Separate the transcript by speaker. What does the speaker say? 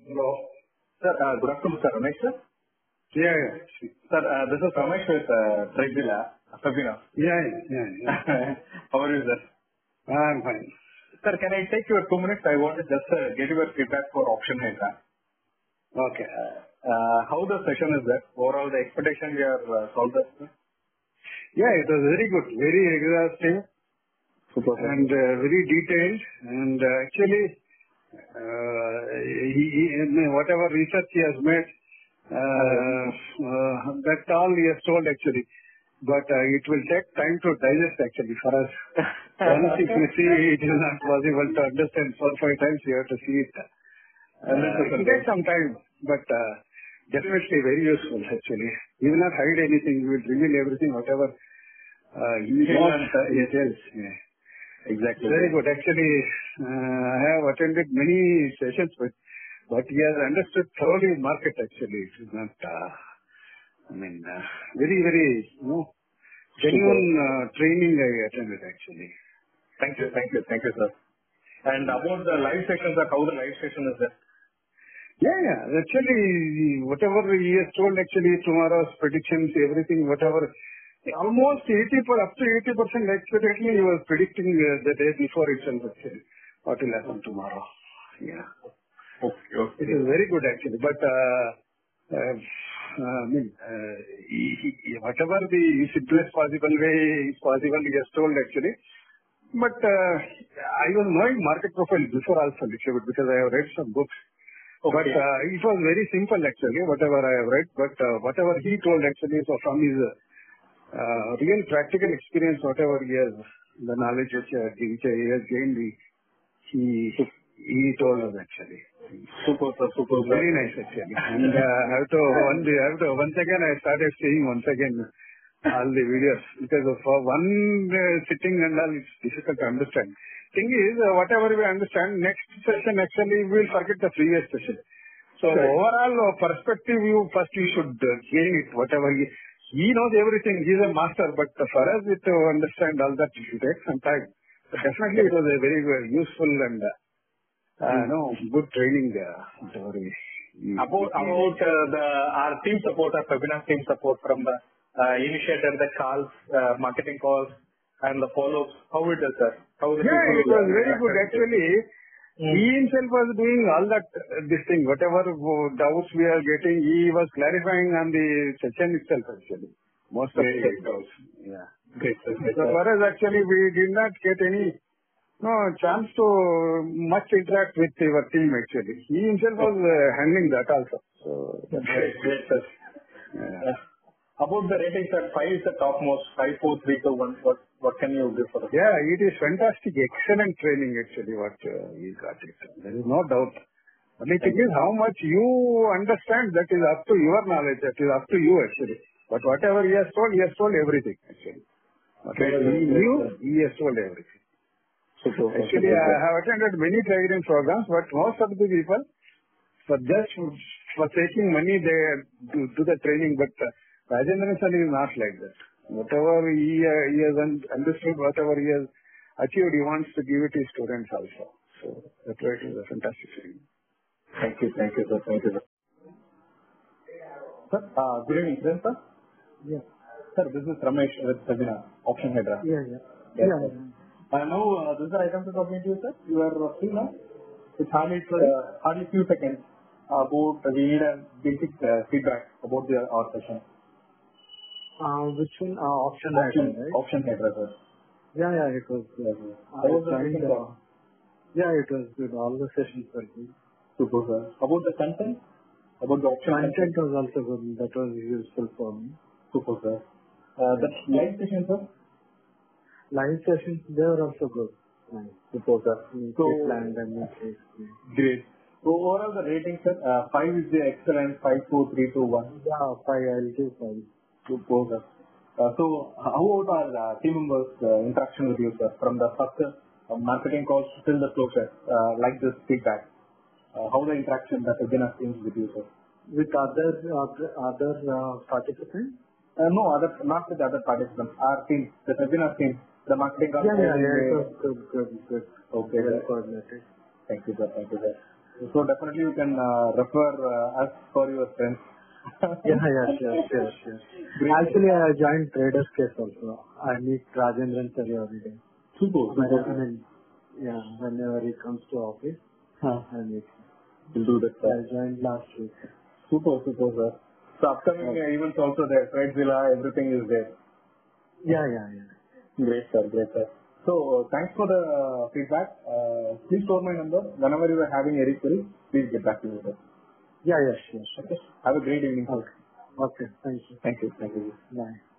Speaker 1: Hello.
Speaker 2: Sir, uh, good afternoon, Mr. Ramesh, sir.
Speaker 1: Yeah, yeah.
Speaker 2: Sir, uh, this is Ramesh with uh, Trigila, Sabina.
Speaker 1: Yeah, yeah, yeah, yeah.
Speaker 2: How are you, sir?
Speaker 1: I'm fine.
Speaker 2: Sir, can I take your two minutes? I want to just uh, get your feedback for option data.
Speaker 1: Okay.
Speaker 2: Uh, how the session is that? Overall, the expectation we are uh, solved that, sir?
Speaker 1: Yeah, it was very good, very exhaustive
Speaker 2: Super, sir.
Speaker 1: and uh, very detailed. And uh, actually, uh, he, he, and whatever research he has made, uh, uh, that's all he has told actually. But uh, it will take time to digest actually for us. Once if you see, it is not possible to understand four five times. You have to see it. Uh, it will take some time, but uh, definitely very useful actually. You will not hide anything. You will reveal everything, whatever uh, you know. It is yeah.
Speaker 2: Exactly. sir.
Speaker 1: very good. Actually, uh, I have attended many sessions, but but he has understood thoroughly market actually. It is not. Uh, I mean, uh, very very you know genuine uh, training I attended actually.
Speaker 2: Thank you, thank you, thank you, sir. And about the live sessions, sir, how the live session is that?
Speaker 1: Yeah, yeah. Actually, whatever he has told, actually, tomorrow's predictions, everything, whatever, almost 80 per, up to 80% accurately, he was predicting uh, the day before itself, actually, what will happen tomorrow. Yeah.
Speaker 2: Okay,
Speaker 1: It
Speaker 2: okay.
Speaker 1: is very good, actually. But, uh, uh, I mean, uh, he- he- he- whatever the simplest possible way is possible, he has told, actually. But uh, I was knowing market profile before also, little bit, because I have read some books. But
Speaker 2: Okay.
Speaker 1: uh, it was very simple actually, whatever I have read. But uh, whatever he told actually, so from his uh, real practical experience, whatever he has, the knowledge which uh, he has which he has gained, he he, he told us actually.
Speaker 2: Super, sir, super,
Speaker 1: So
Speaker 2: sir.
Speaker 1: very nice actually. And uh, I have to once I have to once again I started seeing once again all the videos because of for one uh, sitting and all it's difficult to understand. Thing is, uh, whatever we understand, next session actually we will forget the previous session. So
Speaker 2: Correct.
Speaker 1: overall uh, perspective, you first you should uh, gain it. Whatever he, he knows everything, he is a master. But for us, it to understand all that, it will take some time. But definitely, it was a very uh, useful and uh, uh,
Speaker 2: Mm.
Speaker 1: no good training. Uh, whatever we, we, we
Speaker 2: About
Speaker 1: gained.
Speaker 2: about uh, the our team support, our webinar team support from the uh, initiator, the calls, uh, marketing calls, and the follow-ups. How it is, sir? How the people
Speaker 1: Yeah, it was
Speaker 2: uh,
Speaker 1: very good.
Speaker 2: interacted with it?
Speaker 1: Actually, he
Speaker 2: Mm.
Speaker 1: himself was doing all that, uh, this thing, whatever uh, doubts we are getting, he was clarifying on the session itself, actually. Most of
Speaker 2: Great,
Speaker 1: the
Speaker 2: sir.
Speaker 1: doubts. Yeah.
Speaker 2: Great, sir. Great,
Speaker 1: So
Speaker 2: sir.
Speaker 1: for us, actually, we did not get any no chance to much interact with your team, actually. He himself was uh, handling that also. So that was,
Speaker 2: Great, great, sir.
Speaker 1: yeah.
Speaker 2: Yeah. About the rating, sir, five is the topmost. Five, four, three, two, one. What what can you give for us?
Speaker 1: Yeah, it is fantastic. Excellent training, actually, what uh, we got it. There is no doubt. Only thing
Speaker 2: Thank you.
Speaker 1: is how much you understand, that is up to your knowledge. That is up to you, actually. But whatever he has told, he has told everything, actually.
Speaker 2: Great,
Speaker 1: Whatever
Speaker 2: sir.
Speaker 1: he
Speaker 2: Great,
Speaker 1: knew,
Speaker 2: sir.
Speaker 1: he has told everything.
Speaker 2: Super, sir.
Speaker 1: Actually,
Speaker 2: Super,
Speaker 1: I
Speaker 2: sir.
Speaker 1: have attended many training programs, but most of the people, for just for taking money, they do, do the training. But uh, Rajendran sir is not like that. Whatever he, uh, he has un- understood, whatever he has achieved, he wants to give it to students also. So that way it is a fantastic thing.
Speaker 2: Thank you. Thank you, sir. Thank you, sir. Sir, uh, good evening, sir. Sir,
Speaker 3: Yeah.
Speaker 2: Sir, this is Ramesh with Sabina, Option Hydra.
Speaker 3: Yeah, yeah.
Speaker 2: Yes,
Speaker 3: Yeah,
Speaker 2: sir.
Speaker 3: yeah.
Speaker 2: Uh, Now, uh, this is the item to talking to you, sir. You are uh, free now. It's hardly
Speaker 3: Sorry?
Speaker 2: uh, hardly few seconds about we need a basic uh, feedback about the our session.
Speaker 3: Uh, which one? Uh, option
Speaker 2: Option
Speaker 3: item, right?
Speaker 2: Option Hydra, sir. uh,
Speaker 3: Yeah, yeah, it was good. I
Speaker 2: How was the
Speaker 3: joined
Speaker 2: session,
Speaker 3: the,
Speaker 2: sir?
Speaker 3: yeah, it was good. All the sessions were good.
Speaker 2: Super, sir. About the content, about the option
Speaker 3: Content
Speaker 2: content.
Speaker 3: was also good. That was useful for me.
Speaker 2: Super, sir. Uh, The
Speaker 3: Yeah.
Speaker 2: live session, sir.
Speaker 3: Live sessions, they were also good. Nice.
Speaker 2: Super, sir.
Speaker 3: Music
Speaker 2: So
Speaker 3: planned and music. Yeah,
Speaker 2: Great. So Overall, the rating, sir, uh, 5 is the excellent, 5, 4, 3, 2, 1.
Speaker 3: Yeah, five, I'll do five.
Speaker 2: Good goal, sir. Uh, so How about our uh, team members' uh, interaction with you, sir, from the first uh, marketing calls till the closure, uh, like this feedback? Uh, How the interaction that Abhinav teams with you, sir?
Speaker 3: With other, other, other uh, participants?
Speaker 2: Uh, No, other, not with other participants. Our team, the Abhinav team, the marketing calls,
Speaker 3: Yeah,
Speaker 2: how
Speaker 3: yeah,
Speaker 2: they
Speaker 3: yeah, it
Speaker 2: they-
Speaker 3: was good, good, good.
Speaker 2: Okay,
Speaker 3: Well
Speaker 2: sir.
Speaker 3: coordinated.
Speaker 2: Thank you, sir. Thank you, sir. So definitely you can uh, refer uh, us for your friends.
Speaker 3: Yeah, yeah, sure, sure, sure. Actually, I joined Traders Case also. I meet Rajendran Sir every day.
Speaker 2: Super.
Speaker 3: My recommend, yeah, whenever he comes to office,
Speaker 2: Huh.
Speaker 3: I meet him.
Speaker 2: We'll do that. Sir.
Speaker 3: I joined last week.
Speaker 2: Super, super, sir. So upcoming uh, events also there, Trade Villa, everything is there.
Speaker 3: Yeah, yeah, yeah.
Speaker 2: Great, sir. Great, sir. So uh, thanks for the uh, feedback. Uh, please store my number. Whenever you are having any query, please get back to me, sir.
Speaker 3: Yeah, yeah, sure, sure.
Speaker 2: Okay. Have a great evening, sir.
Speaker 3: Okay, okay thank you.
Speaker 2: Thank you. Thank you.
Speaker 3: Bye.